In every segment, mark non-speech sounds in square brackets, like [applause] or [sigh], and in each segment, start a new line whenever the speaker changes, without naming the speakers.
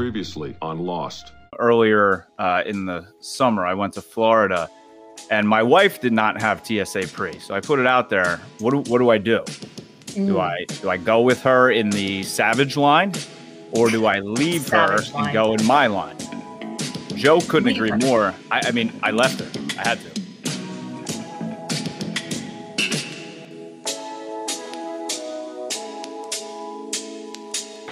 previously on Lost.
Earlier uh, in the summer, I went to Florida, and my wife did not have TSA pre, so I put it out there. What do, what do I do?
Mm.
Do I do I go with her in the Savage line, or do I leave
Savage
her and
line.
go in my line? Joe couldn't
Leave
agree
her.
more. I, I mean, I left her. I had to.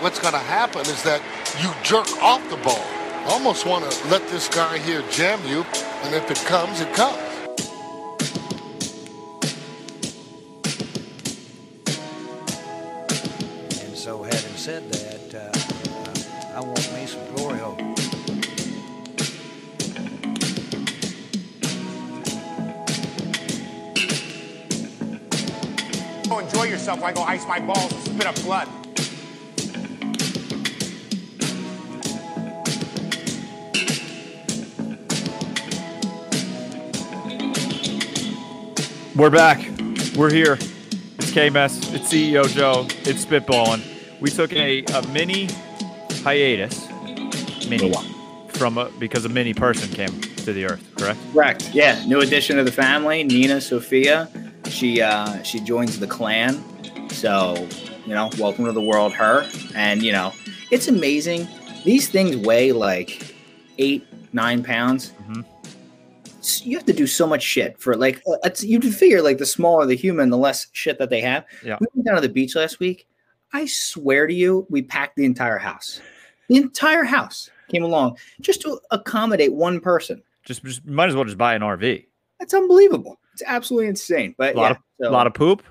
What's going to happen is that you jerk off the ball. Almost want to let this guy here jam you, and if it comes, it comes.
And so, having said that, uh, uh, I want me some glory hole.
go enjoy yourself while I go ice my balls and spit up blood.
We're back. We're here. It's KMS. It's CEO Joe. It's Spitballing. We took a, a mini hiatus. Mini. From a, because a mini person came to the earth, correct?
Correct. Yeah, new addition to the family, Nina Sophia. She uh, she joins the clan. So you know, welcome to the world, her. And you know, it's amazing. These things weigh like eight, nine pounds.
Mhm.
S- You have to do so much shit for like. uh, It's, you'd figure like the smaller the human, the less shit that they have.
Yeah.
We went down to the beach last week. I swear to you, we packed the entire house. The entire house came along just to accommodate one person.
Just, just might as well just buy an RV.
That's unbelievable. It's absolutely insane. But
A lot
yeah,
of- A lot of poop.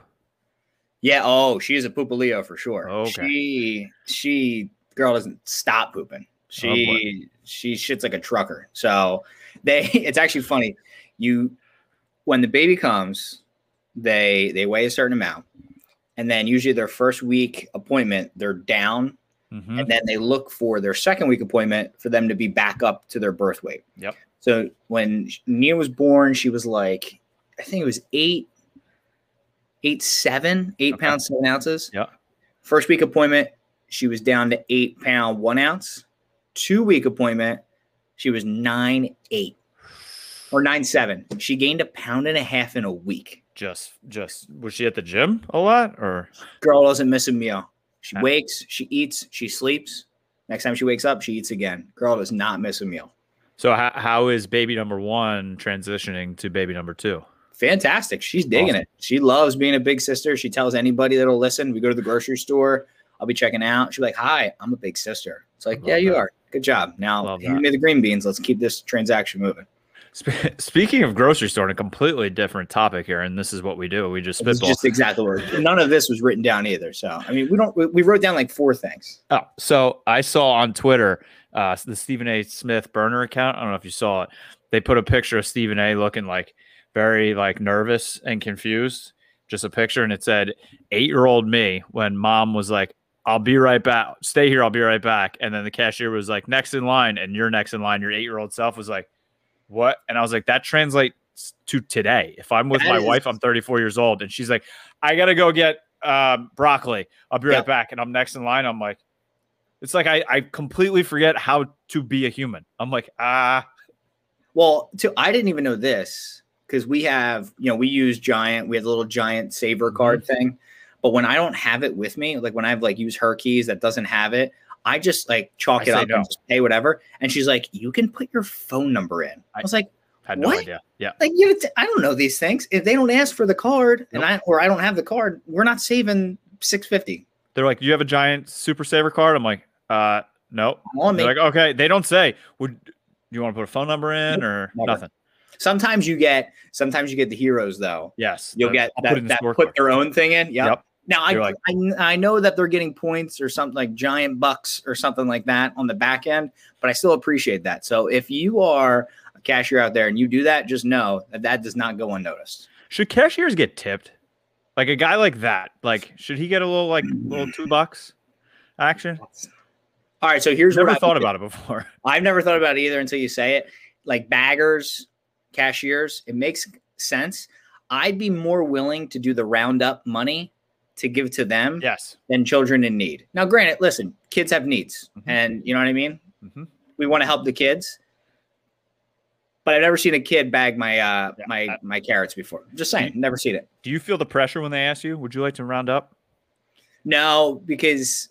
yeah. Oh, she's a poopolio for sure.
Okay.
She she girl doesn't stop pooping.
Oh, boy.
She she shits like a trucker. So they [laughs] it's actually funny. You when the baby comes, they they weigh a certain amount, and then usually their first week appointment they're down,
hmm
and then they look for their second week appointment for them to be back up to their birth weight.
Yep.
So when Nia was born, she was like, I think it was eight, eight, seven, eight
Okay.
pounds, seven ounces.
Yep.
First week appointment, she was down to eight pound, one ounce. Two week appointment, she was nine, eight or nine, seven. She gained a pound and a half in a week.
Just, just was she at the gym a lot or?
Girl doesn't miss a meal. She
Yeah.
wakes, she eats, she sleeps. Next time she wakes up, she eats again. Girl does not miss a meal.
So how, how is baby number one transitioning to baby number two?
fantastic. She's digging
Awesome.
it. She loves being a big sister. She tells anybody that'll listen. We go to the grocery store. I'll be checking out. She's like, "Hi, I'm a big sister." It's like,
Love
"Yeah, you
that.
are. Good job." Now
Love
hand
that.
me the green beans. Let's keep this transaction moving.
Spe- [laughs] Speaking of grocery store, and a completely different topic here, and this is what we do. We just
It's
spitball.
just exactly what. we're doing. None of this was written down either. So I mean, we don't. We, we wrote down like four things.
Oh, so I saw on Twitter uh, the Stephen A. Smith burner account. I don't know if you saw it. They put a picture of Stephen A. looking like very like nervous and confused. Just a picture, and it said eight year old me when mom was like, "I'll be right back. Stay here. I'll be right back." And then the cashier was like, "Next in line," and your next in line, your eight year old self was like, "What?" And I was like, "That translates to today. If I'm with
That
my
is-
wife, I'm 34 years old, and she's like, I gotta go get um, broccoli. I'll be right
Yeah.
back." And I'm next in line. I'm like. It's like I, I completely forget how to be a human. I'm like, ah,
Well, too, I didn't even know this because we have, you know, we use Giant. We have the little Giant Saver
Mm-hmm.
card thing. But when I don't have it with me, like when I've like used her keys that doesn't have it, I just like chalk
I
it
say
up
no.
and just pay whatever. And she's like, "You can put your phone number in." I,
I-
was like,
had no
What?
idea. Yeah.
"Like you, know, t- I don't know these things. If they don't ask for the card, and I or I don't have the card, we're not saving six fifty.
They're like, you have a giant super saver card? I'm like, uh, no.
I'm on
They're
me.
like, okay. They don't say, would you want to put a phone number in or
Never.
nothing?
Sometimes you get, sometimes you get the heroes though.
Yes.
You'll
that-
get
I'll
that,
put it in the
that
scorecard.
put their own thing in. Yep.
Yep.
Now I,
You're like-
I I know that they're getting points or something like giant bucks or something like that on the back end, but I still appreciate that. So if you are a cashier out there and you do that, just know that that does not go unnoticed.
Should cashiers get tipped? Like a guy like that, like, should he get a little, like, little two bucks action?
All right, so here's
Never
what I
thought
would do.
about it before. [laughs]
I've never thought about it either until you say it. Like baggers, cashiers, it makes sense. I'd be more willing to do the roundup money to give to them
Yes.
than children in need. Now, granted, listen, kids have needs,
Mm-hmm.
and you know what I mean.
Mhm.
We want to help the kids, but I've never seen a kid bag my uh,
Yeah,
my
I- Mm-hmm.
my carrots before. Just saying, never seen it.
Do you feel the pressure when they ask you? Would you like to round up?
No, because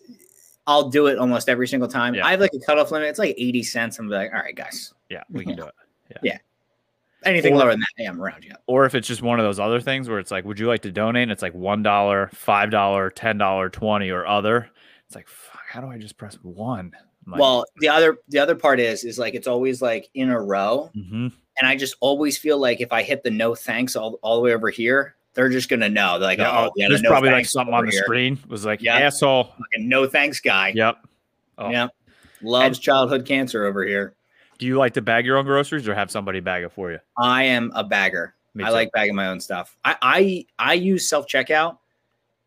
I'll do it almost every single time.
Yeah.
I have like a cutoff limit. It's like eighty cents. I'm like, all right, guys,
Yeah, we can do it.
anything
Or-
lower than that, hey, I'm around you.
Or if it's just one of those other things where it's like, would you like to donate? And it's like one dollar, five dollar, ten dollar, twenty, or other. It's like, fuck, how do I just press one? I'm like,
Well, the other the other part is is like it's always like in a row,
mhm.
and I just always feel like if I hit the no thanks all, all the way over here, they're just gonna know. They're like,
Yeah,
oh, yeah,
there's
no
probably like
thanks
something
over
on the
here.
screen was like,
Yeah.
asshole.
Fucking no thanks guy.
Yep. Oh.
Yeah. Loves childhood cancer over here.
Do you like to bag your own groceries or have somebody bag it for you?
I am a bagger.
Me
I
too.
like bagging my own stuff. I I, I use self checkout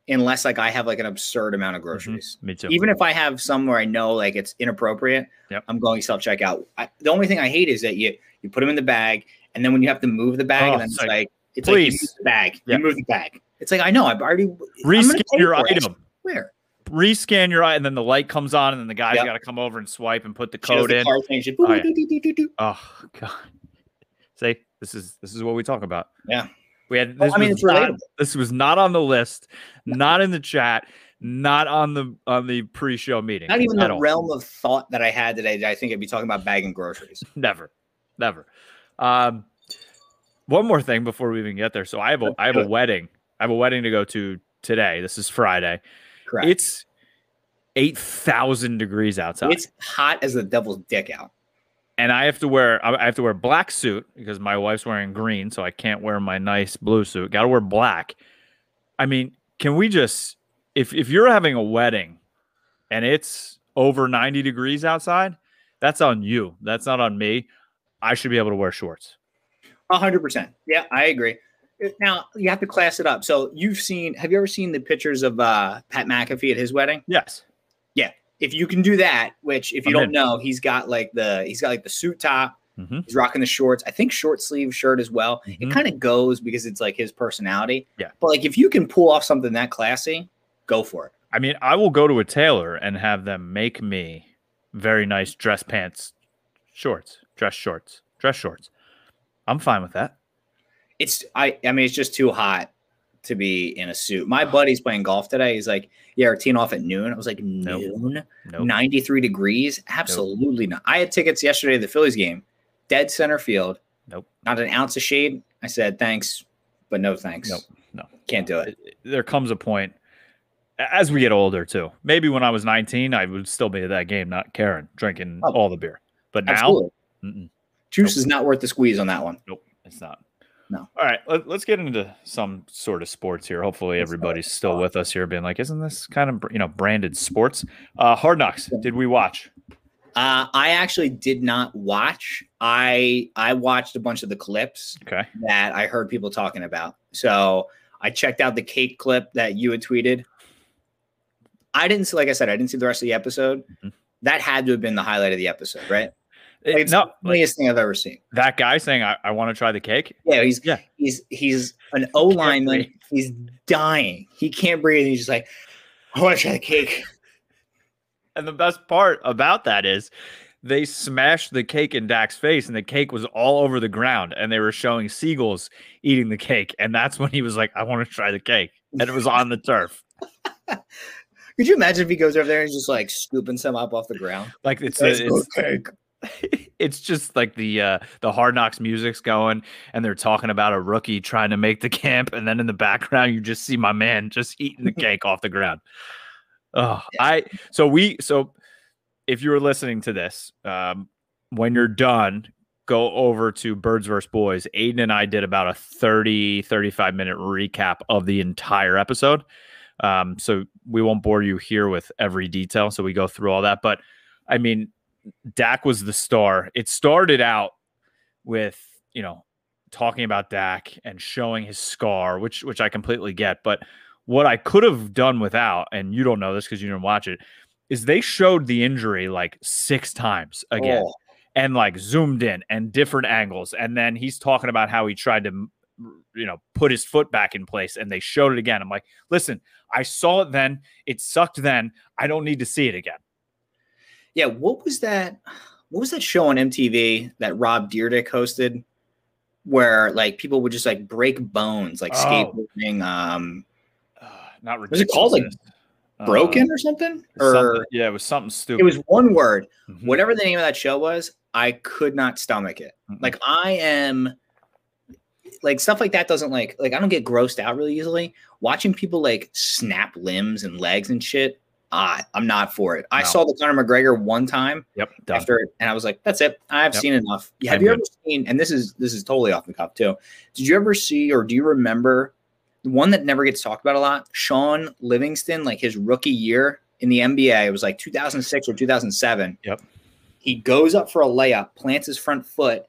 unless like I have like an absurd amount of
Mm-hmm.
groceries.
Me too.
Even if I have some where I know like it's inappropriate,
Yep.
I'm going self checkout. The only thing I hate is that you you put them in the bag and then when you have to move the bag,
Oh,
and then
it's
it's
like,
like, it's like you
please.
move the bag,
Yeah.
you move the bag. It's like I know I've already I'm gonna
rescan
pay
your
for it.
item.
Where
Rescan your item, and then the light comes on, and then the guy's
Yep.
got to come over and swipe and put the
She does
code
the
in.
card thing, she-
Oh, yeah. Oh God! See, this is this is what we talk about.
Yeah.
we had.
Oh,
This
I mean,
was
it's
not,
relatable.
This was not on the list, not in the chat, not on the on the pre-show meeting.
Not even
at
the
all.
realm of thought that I had today that I think I'd be talking about bagging groceries.
Never, never. Um, one more thing before we even get there. So I have a I have a wedding. I have a wedding to go to today. This is Friday.
Correct.
It's eight thousand degrees outside.
It's hot as the devil's dick out.
and I have to wear I I have to wear a black suit because my wife's wearing green, so I can't wear my nice blue suit. Got to wear black. I mean, can we just if if you're having a wedding and it's over 90 degrees outside, that's on you. That's not on me. I should be able to wear shorts.
A hundred percent. Yeah, I agree. Now you have to class it up. So you've seen have you ever seen the pictures of uh Pat McAfee at his wedding?
Yes.
If you can do that, which if you
I'm
don't
in.
know, he's got like the he's got like the suit top,
Mhm.
he's rocking the shorts, I think short sleeve shirt as well. It
Mhm.
kind of goes because it's like his personality.
Yeah.
But like if you can pull off something that classy, go for it.
I mean, I will go to a tailor and have them make me very nice dress pants, shorts, dress shorts, dress shorts. I'm fine with that.
it's I I mean it's just too hot to be in a suit. My buddy's playing golf today. He's like, yeah, our teeing off at noon. I was like,
Nope.
noon,
No.
93 degrees, absolutely not. I had tickets yesterday to the Phillies game, dead center field.
Nope.
not an ounce of shade. I said thanks, but no thanks.
Nope. No.
can't do it.
it- there comes a point a- as we get older too. Maybe when I was 19, I would still be at that game, not caring, drinking
Oh.
all the beer. But now
Absolutely,
mm-mm,
juice is not worth the squeeze on that one.
it's not.
No.
All right, let, us get into some sort of sports here. Hopefully,
Let's go.
everybody's still with us here, being like, "Isn't this kind of br- you know branded sports?" Uh, Hard Knocks. Did we watch?
Uh, I actually did not watch. I I watched a bunch of the clips.
Okay.
that I heard people talking about. So I checked out the cake clip that you had tweeted. I didn't see, like I said, I didn't see the rest of the episode.
Mhm.
That had to have been the highlight of the episode, right? Like,
It's
it's not
no,
the
like,
funniest thing I've ever seen.
that guy saying, "I, I want to try the cake."
Yeah, he's
Yeah.
he's he's an O lineman.
breathe.
He's dying. He can't breathe. He's just like, I want to try the cake.
And the best part about that is they smashed the cake in Dak's face, and the cake was all over the ground. And they were showing seagulls eating the cake. And that's when he was like, I want to try the cake. And it was on the turf.
Could you imagine if he goes over there and he's just like scooping some up off the ground?
Like it's
That's
it's,
good cake.
[laughs] it's just like the uh the hard knocks music's going and they're talking about a rookie trying to make the camp and then in the background you just see my man just eating the cake off the ground oh i so we so if you were listening to this um when you're done go over to birds versus boys aiden and i did about a 30 35 minute recap of the entire episode um so we won't bore you here with every detail so we go through all that but i mean Dak was the star. It started out with, you know, talking about Dak and showing his scar, which which I completely get, but what I could have done without and you don't know this cuz you didn't watch it is they showed the injury like 6 times again
Oh,
and like zoomed in and different angles and then he's talking about how he tried to m- you know, put his foot back in place and they showed it again. I'm like, listen, I saw it then. It sucked then. I don't need to see it again. [sighs]
Yeah, what was that? What was that show on MTV that Rob Deerdick hosted, where like people would just like break bones, like
Oh.
skateboarding, um,
Uh, not
Was it called, like,
ridiculousness.
broken
Uh,
or something? Or
something- yeah, it was something stupid.
it was one word.
Mhm.
Whatever the name of that show was, I could not stomach it.
Mhm.
Like I am like stuff like that doesn't like like I don't get grossed out really easily. Watching people like snap limbs and legs and shit, ah, I'm not for it. I
No.
saw the Conor McGregor one time
yep. Done.
after it, and I was like, that's it. I've
Yep.
seen enough.
I'm
Have you
good.
ever seen and this is this is totally off the cuff too. Did you ever see or do you remember the one that never gets talked about a lot? Sean Livingston, like his rookie year in the NBA, it was like 2006 or 2007.
Yep.
He goes up for a layup, plants his front foot,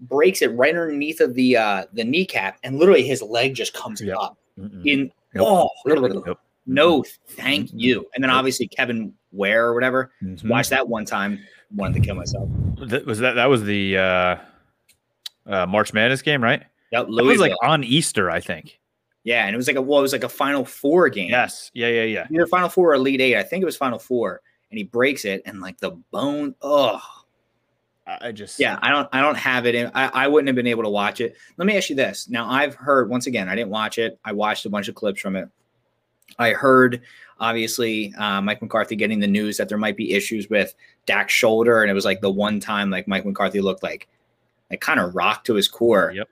breaks it right underneath of the uh the kneecap and literally his leg just comes
Yep.
up
Mm-mm.
in
Yep.
oh
Yep. Mm-hmm.
no thank you and then
Yep.
obviously kevin ware or whatever
Mhm.
watched that one time wanted to kill myself
That was that. That was the uh, uh, March Madness game, right?
Yep,
It was
Louisville.
like on Easter, I think.
yeah, and it was like a well, it was like a Final Four game.
Yes. Yeah. Yeah. Yeah.
either Final Four or Elite Eight. I think it was Final Four, and he breaks it, and like the bone. Oh,
I I just.
yeah. I don't, I don't have it. In, I, I wouldn't have been able to watch it. Let me ask you this. Now, I've heard once again. I didn't watch it. I watched a bunch of clips from it. I heard obviously uh, Mike McCarthy getting the news that there might be issues with Dak's shoulder, and it was like the one time like Mike McCarthy looked like like kind of rocked to his core.
Yep.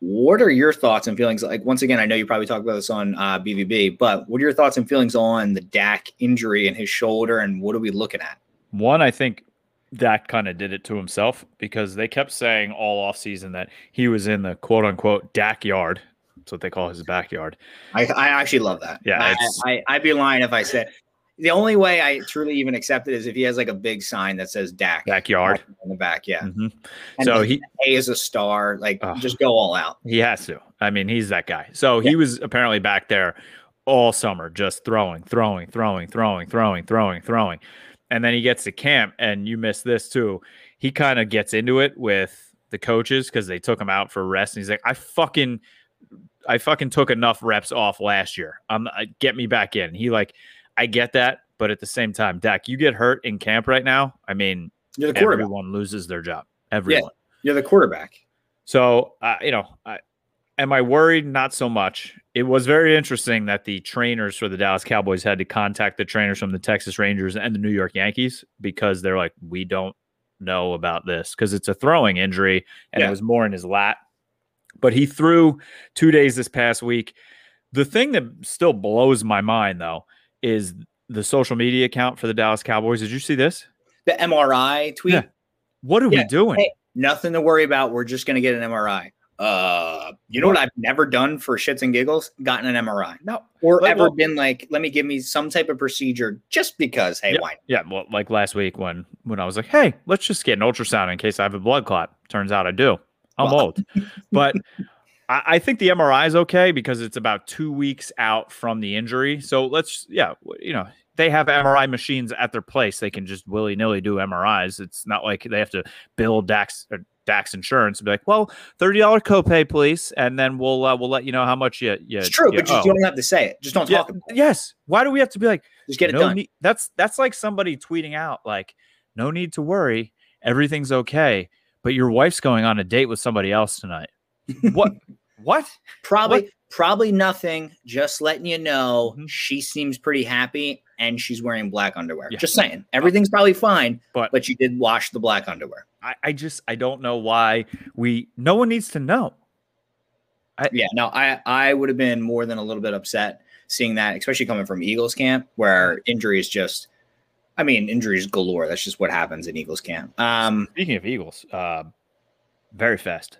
What are your thoughts and feelings? Like once again, I know you probably talked about this on uh, BVB, but what are your thoughts and feelings on the Dak injury and his shoulder, and what are we looking at?
One, I think Dak kind of did it to himself because they kept saying all offseason that he was in the quote unquote Dak yard. That's what they call his backyard.
I, I actually love that.
Yeah,
I,
it's-
I, I'd be lying if I said the only way I truly even accept it is if he has like a big sign that says Dak
Backyard.
on the back. Yeah,
Mhm.
And
So
his
he
A is a star. Like,
Ugh.
just go all out.
he has to. I mean, he's that guy. So he was apparently back there all summer, just throwing, throwing, throwing, throwing, throwing, throwing, throwing. And then he gets to camp, and you miss this too. He kind of gets into it with the coaches because they took him out for rest, and he's like, "I fucking, I fucking took enough reps off last year. I'm I, get me back in." He like, I get that, but at the same time, Dak, you get hurt in camp right now. I mean,
You're the quarterback.
everyone loses their job. Everyone.
You're the quarterback.
So, uh, you know, I, am I worried? Not so much. It was very interesting that the trainers for the Dallas Cowboys had to contact the trainers from the Texas Rangers and the New York Yankees because they're like, we don't know about this because it's a throwing injury and
Yeah.
it was more in his lat. But he threw two days this past week. The thing that still blows my mind, though, is the social media account for the Dallas Cowboys. Did you see this?
The MRI tweet.
Yeah. What are
Yeah.
we doing?
Hey, nothing to worry about. We're just gonna get an MRI. Uh, you know what I've never done for shits and giggles? Gotten an MRI.
No.
Or
Like,
ever
well-
been like, let me give me some type of procedure just because. Hey, why? not?
Yeah, well, like last week when when I was like, "Hey, let's just get an ultrasound in case I have a blood clot." Turns out I do. I'm
Well-
old, but I, I think the MRI is okay because it's about two weeks out from the injury. So let's, yeah, w- you know, they have MRI machines at their place. They can just willy nilly do MRIs. It's not like they have to bill Dax or Dax Insurance and be like, "Well, thirty dollar copay, please," and then we'll uh, we'll let you know how much you. you
It's true,
you
but just,
owe."
you don't have to say it. Just don't
Oh. Yeah,
talk about it.
yes. Why do we have to be like?
Just get it
no
done.
nee- that's that's like somebody tweeting out like, "No need to worry, everything's okay." But your wife's going on a date with somebody else tonight.
[laughs]
What? what?
Probably, probably nothing. Just letting you know,
Mhm.
she seems pretty happy and she's wearing black underwear.
Yeah.
Just saying, everything's probably fine,
But-
but you did wash the black underwear.
I, I just I don't know why we. No one needs to know.
Yeah, no, I I would have been more than a little bit upset seeing that, especially coming from Eagles camp where injuries just, I mean, injuries galore. That's just what happens in Eagles camp. Um, [laughs]
Speaking of Eagles, uh, very fast.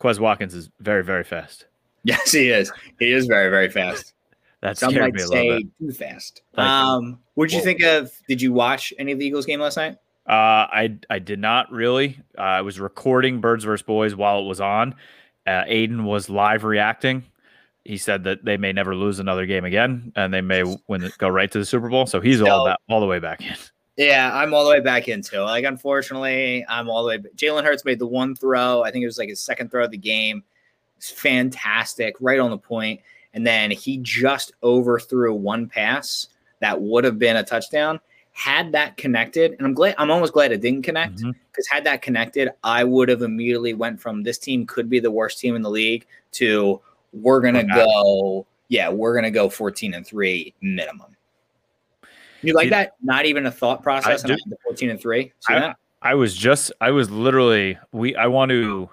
Quez Watkins is very very fast.
yes, he is. He is very very fast.
[laughs] That
Some
scared
might
me a little
say
bit.
too fast.
Thank you.
Um, what did you
Whoa.
think of? Did you watch any of the Eagles game last night?
Uh, I I did not really. Uh, I was recording Birds vs Boys while it was on. Uh, Aiden was live reacting. He said that they may never lose another game again, and they may win the, go right to the Super Bowl. So he's all
No.
that all the way back in.
Yeah, I'm all the way back into it. Like, unfortunately, I'm all the way. Jalen Hurts made the one throw. I think it was like his second throw of the game. It's fantastic, right on the point. And then he just overthrew one pass that would have been a touchdown had that connected. And I'm glad I'm almost glad it didn't connect because
Mhm.
had that connected, I would have immediately went from this team could be the worst team in the league to we're gonna
not.
go yeah we're gonna go 14 and three minimum. You like
You-
that? Not even a thought process.
do.
and I had the 14 and three. See
I-
that?
I was just I was literally we I want to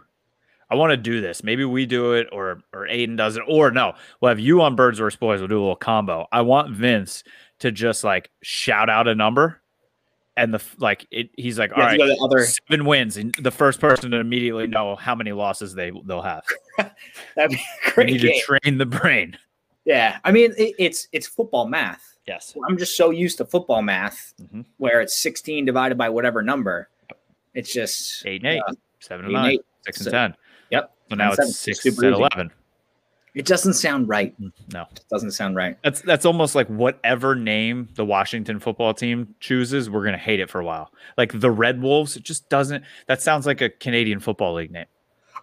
I want to do this. Maybe we do it or or Aiden does it or no. We'll have you on Birdsworth Boys. We'll do a little combo. I want Vince to just like shout out a number and the f- like it, he's like all
Yeah,
right
if you go to the other-
seven wins and the first person to immediately know how many losses they they'll have.
That'd be a
We
[laughs] great
need
game.
to train the brain.
Yeah, I mean it, it's it's football math.
Yes.
I'm just so used to football math
Mhm.
where it's 16 divided by whatever number. It's just
Eight and eight,
Yeah.
seven
Eight and
and nine,
eight.
six
So-
and ten.
Yep.
So now
And seven.
it's six and
Super easy.
eleven.
it doesn't sound right.
Mm, No.
It doesn't sound right.
That's that's almost like whatever name the Washington football team chooses, we're gonna hate it for a while. Like the Red Wolves, it just doesn't. That sounds like a Canadian football league name.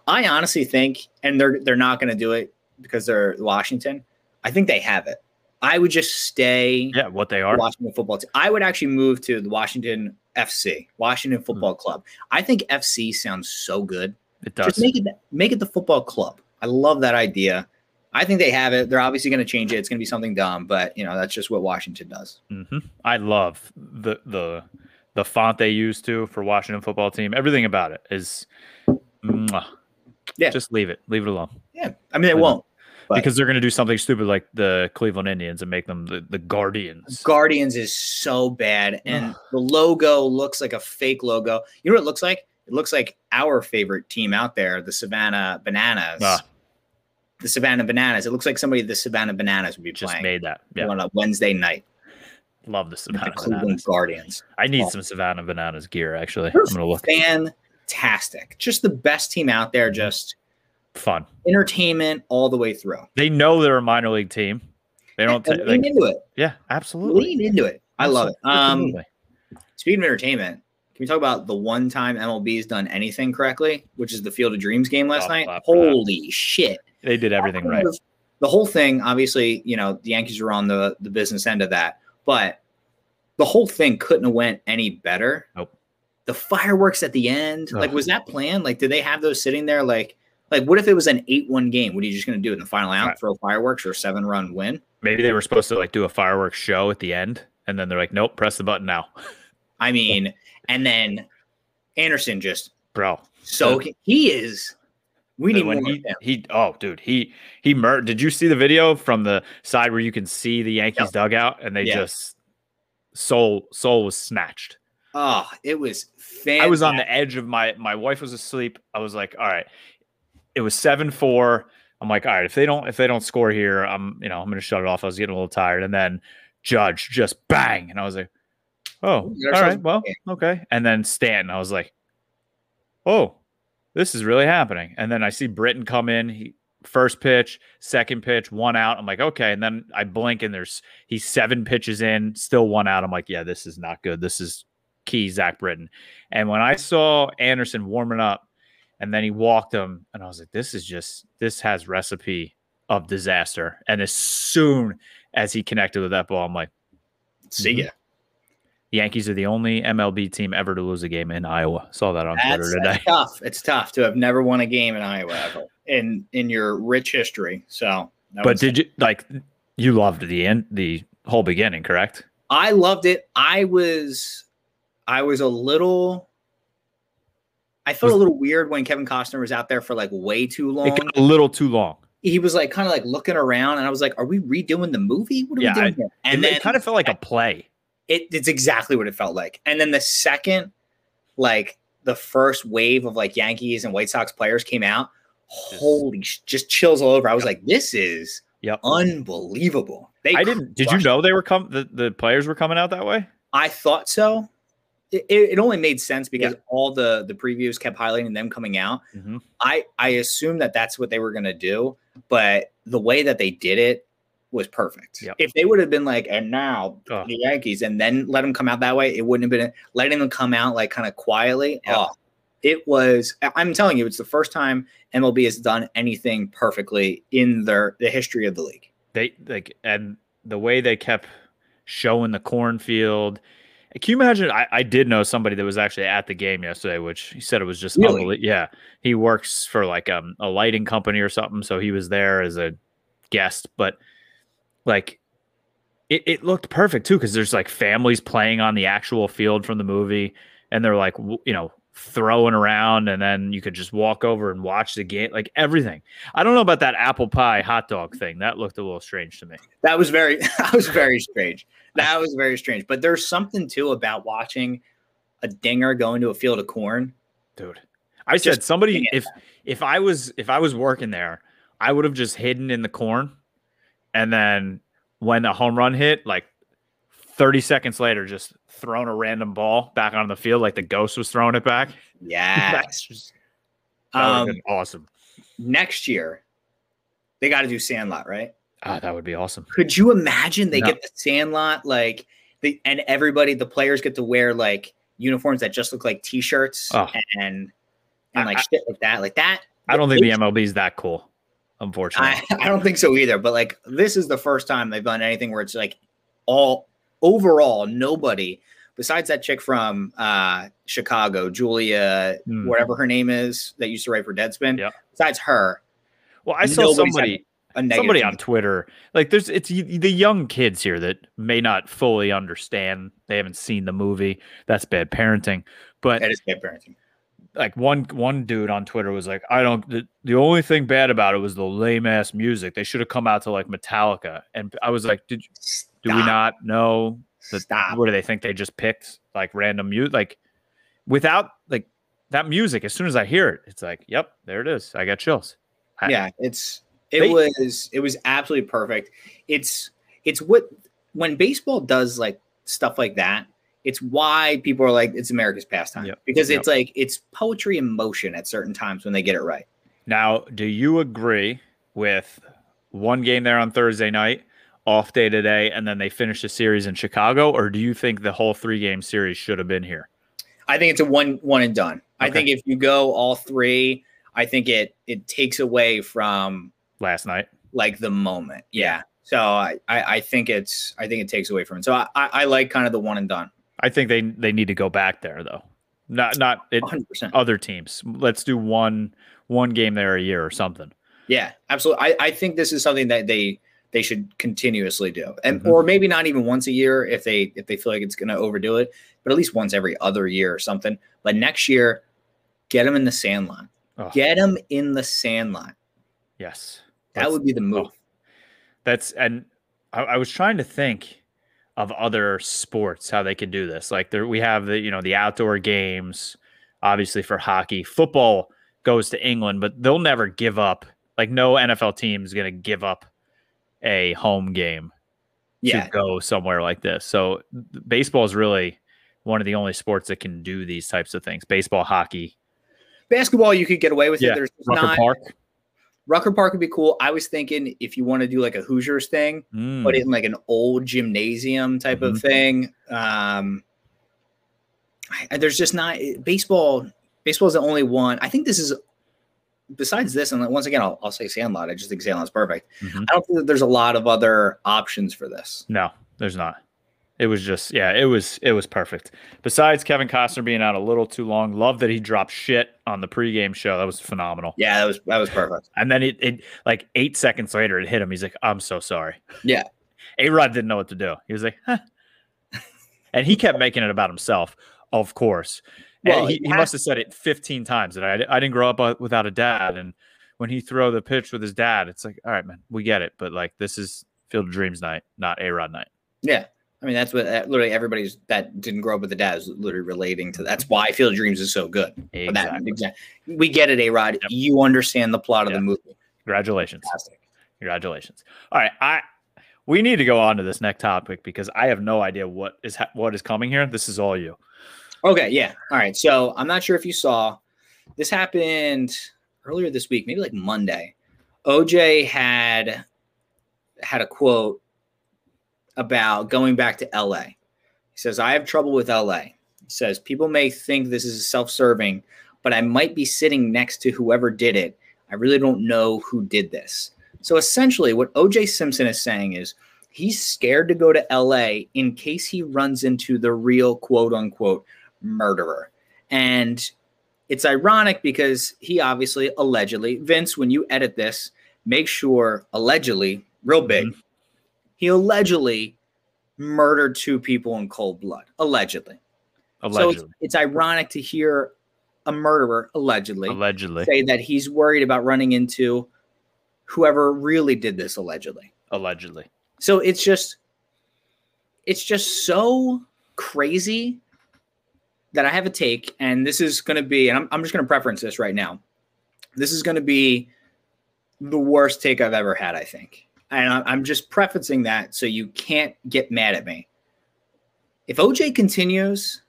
I honestly think, and they're they're not going to do it because they're Washington. I think they have it. I would just stay
Yeah, what they
the
are.
Washington football team. I would actually move to the Washington FC,
Hmm.
Washington Football Club. I think FC sounds so good.
It
Just
does.
make it make it the football club. I love that idea. I think they have it. They're obviously going to change it. It's going to be something dumb, but you know that's just what Washington does.
hmm I love the the the font they use too for Washington football team. Everything about it is. mwah.
Yeah.
Just leave it. Leave it alone.
Yeah, I mean they
Mhm.
won't. But-
because they're going to do something stupid like the Cleveland Indians and make them the, the Guardians.
Guardians is so bad, and the logo looks like a fake logo. You know what it looks like? It looks like our favorite team out there, the Savannah Bananas.
Ah.
The Savannah Bananas. It looks like somebody the Savannah Bananas would be
Just
playing
made that. Yeah.
on a Wednesday night.
Love the
with The
Savannah
Cleveland
Bananas.
Guardians.
I need
Oh.
some Savannah Bananas gear, actually. I'm
They're
going to look Mm-hmm.
Fantastic. Just the best team out there. Just
fun.
entertainment all the way through.
They know they're a minor league team. They don't
And
take
lean
like,
into it.
yeah, absolutely.
Lean into it. I love it. Um,
Absolutely.
Speaking of entertainment, can we talk about the one time MLB's done anything correctly, which is the Field of Dreams game last
Oh,
night?
clap for that.
Holy shit.
they did everything right.
The whole thing, obviously, you know, the Yankees were on the, the business end of that, but the whole thing couldn't have went any better.
Nope.
The fireworks at the end, like,
Ugh.
was that planned? Like, did they have those sitting there? Like, like what if it was an 8-1 game? What are you just going to do in the final out,
Right.
throw fireworks or a seven-run win?
Maybe they were supposed to like do a fireworks show at the end, and then they're like, "Nope, press the button now,
I mean, and then Anderson just
bro."
So he is. We need
When
more.
he,
of him.
he oh dude he he mur- did you see the video from the side where you can see the Yankees dugout and they
Yeah.
just soul soul was snatched.
Oh, it was fantastic.
I was on the edge of my my wife was asleep. I was like, all right. It was seven four. I'm like, all right, if they don't if they don't score here, I'm you know, I'm gonna shut it off. I was getting a little tired. And then Judge just bang. And I was like, Oh,
We
all
got ourselves
right, well,
game.
okay. And then Stanton, I was like, Oh, this is really happening. And then I see Britton come in. He first pitch, second pitch, one out. I'm like, okay. And then I blink and there's he's seven pitches in, still one out. I'm like, yeah, this is not good. This is key Zach Britton. And when I saw Anderson warming up and then he walked him, and I was like, this is just, this has recipe of disaster. And as soon as he connected with that ball, I'm like,
See ya.
the Yankees are the only MLB team ever to lose a game in Iowa. Saw that on
That's,
Twitter today.
that's [laughs] tough. It's tough to have never won a game in Iowa ever in in your rich history. So,
[laughs]
that
But
was-
did you like, you loved the end, the whole beginning, correct?
I loved it. I was, I was a little. I felt
Was-
a little weird when Kevin Costner was out there for like way too long.
It got a little too long.
he was like kind of like looking around, and I was like, "Are we redoing the movie? What are
Yeah,
we doing?"
I-
here?
And it, kind of felt like a play.
it, it's exactly what it felt like. And then the second, like the first wave of like Yankees and White Sox players came out, holy, sh- just chills all over. I was like, this is
Yep.
unbelievable. They
I didn't. Did you
crushed
know they were coming? The, the players were coming out that way.
I thought so. It, it it only made sense because all the the previews kept highlighting them coming out.
Mhm.
I I assumed that that's what they were gonna do, but the way that they did it was perfect.
Yep.
If they would have been like, and now
Oh.
the Yankees, and then let them come out that way, it wouldn't have been letting them come out like kind of quietly.
Yep.
Oh, it was I- I'm telling you, it's the first time MLB has done anything perfectly in their the history of the league.
they like and the way they kept showing the cornfield. Can you imagine? I, I did know somebody that was actually at the game yesterday, which he said it was just
Really?
unbelie- Yeah, he works for like um, a lighting company or something, so he was there as a guest. But like, it, it looked perfect too because there's like families playing on the actual field from the movie, and they're like, w- you know, throwing around, and then you could just walk over and watch the game, like everything. I don't know about that apple pie hot dog thing. That looked a little strange to me.
That was very [laughs] that was very strange. That was very strange. But there's something too about watching a dinger go into a field
[laughs]
of corn.
dude i
Just
said somebody
looking at
if if i was if i was working there i would have just hidden in the corn and then when the home run hit like 30 seconds later just thrown a random ball back on the field like the ghost was throwing it back
Yes.
just that would have
um,
been awesome
next year, they got to do Sandlot, right?
ah, that would be awesome
Could you imagine they
No.
get the Sandlot like the and everybody the players get to wear like uniforms that just look like t-shirts
Oh.
and
I-
and like
I-
shit like that, like that.
i don't think the mlb is that cool unfortunately
I, [laughs] I don't think so either. But like this is the first time they've done anything where it's like all overall nobody besides that chick from uh Chicago, Julia,
Mm.
whatever her name is that used to write for Deadspin.
Yep.
Besides her,
well i saw
nobody's had
somebody
a negative
somebody
thing.
on Twitter, like there's it's y- the young kids here that may not fully understand. They haven't seen the movie. That's bad parenting. But
that is bad parenting.
like one one dude on Twitter was like, I don't. The, the only thing bad about it was the lame ass music. They should have come out to like Metallica. And I was like, did do we
Stop.
not know that?
Stop.
What do they think? They just picked like random music, like without like that music. As soon as I hear it, it's like, yep, there it is. I got chills. I-
yeah it's it
They-
was it was absolutely perfect it's it's what when baseball does like stuff like that it's why people are like it's america's pastime
Yep.
because it's like it's poetry in motion at certain times when they get it right
Now, do you agree with one game there on Thursday night, off day today, and then they finish the series in Chicago, or do you think the whole three game series should have been here?
i think it's a one one and done i
Okay.
think if you go all three i think it it takes away from
Last night,
like the moment yeah so I, I i think it's i think it takes away from it so i i, I like kind of the one and done
I think they they need to go back there though. Not not it,
100%
other teams. Let's do one one game there a year or something.
Yeah, absolutely. I, I think this is something that they they should continuously do, and
Mm-hmm.
or maybe not even once a year if they if they feel like it's going to overdo it, but at least once every other year or something. But next year, get them in the sand line.
Ugh.
Get them in the sand line.
Yes,
That
That's-
would be the move.
That's and I, I was trying to think of other sports how they could do this. Like there, we have the you know the outdoor games, obviously for hockey. Football goes to England, but they'll never give up. Like no NFL team is going to give up a home game
yeah,
to go somewhere like this. So th- baseball is really one of the only sports that can do these types of things. Baseball, hockey,
basketball you could get away with
Yeah,
it. There's just
Rucker
not
Park.
Rucker Park would be cool. I was thinking if you want to do like a Hoosiers thing,
Mm.
put it in like an old gymnasium type of
Mhm.
thing. Um, I- there's just not baseball. Baseball is the only one. I think this is besides this, and like, once again, I'll, I'll say Sandlot. I just think Sandlot's perfect.
Mhm.
I don't think that there's a lot of other options for this.
No, there's not. It was just yeah, it was it was perfect. Besides Kevin Costner being out a little too long, love that he dropped shit on the pregame show. That was phenomenal.
Yeah, that was that was perfect.
And then it, it like eight seconds later it hit him. He's like, I'm so sorry. [laughs]
Yeah.
A Rod didn't know what to do. He was like, huh. [laughs] And he kept making it about himself, of course. And
Well,
he,
it
he
has-
must have said it 15 times that I, I didn't grow up uh, without a dad. And when he throw the pitch with his dad, it's like, all right, man, we get it. But like, this is Field of Dreams night, not A Rod night.
Yeah. I mean, that's what that, literally everybody's that didn't grow up with the dad is literally relating to. That's why Field of Dreams is so good. For that,
Exactly.
exact- We get it, A Rod.
Yep.
You understand the plot of
Yeah.
the movie.
Congratulations.
Fantastic.
Congratulations. All right, I we need to go on to this next topic because I have no idea what is ha- what is coming here. This is all you.
Okay, yeah. All right. So I'm not sure if you saw this happened earlier this week, maybe like Monday. OJ had had a quote about going back to LA. He says, I have trouble with LA. He says, people may think this is self-serving but I might be sitting next to whoever did it. I really don't know who did this. So essentially, what OJ Simpson is saying is he's scared to go to LA in case he runs into the real quote unquote murderer. And it's ironic because he obviously allegedly, Vince, when you edit this, make sure allegedly, real big, he allegedly murdered two people in cold blood. Allegedly.
Allegedly.
So it's, it's ironic to hear a murderer allegedly
allegedly.
say that he's worried about running into whoever really did this allegedly.
Allegedly.
So it's just it's just so crazy that I have a take, and this is gonna be, and I'm, I'm just gonna preference this right now. This is gonna be the worst take I've ever had, I think. And I- I'm just prefacing that so you can't get mad at me. If OJ continues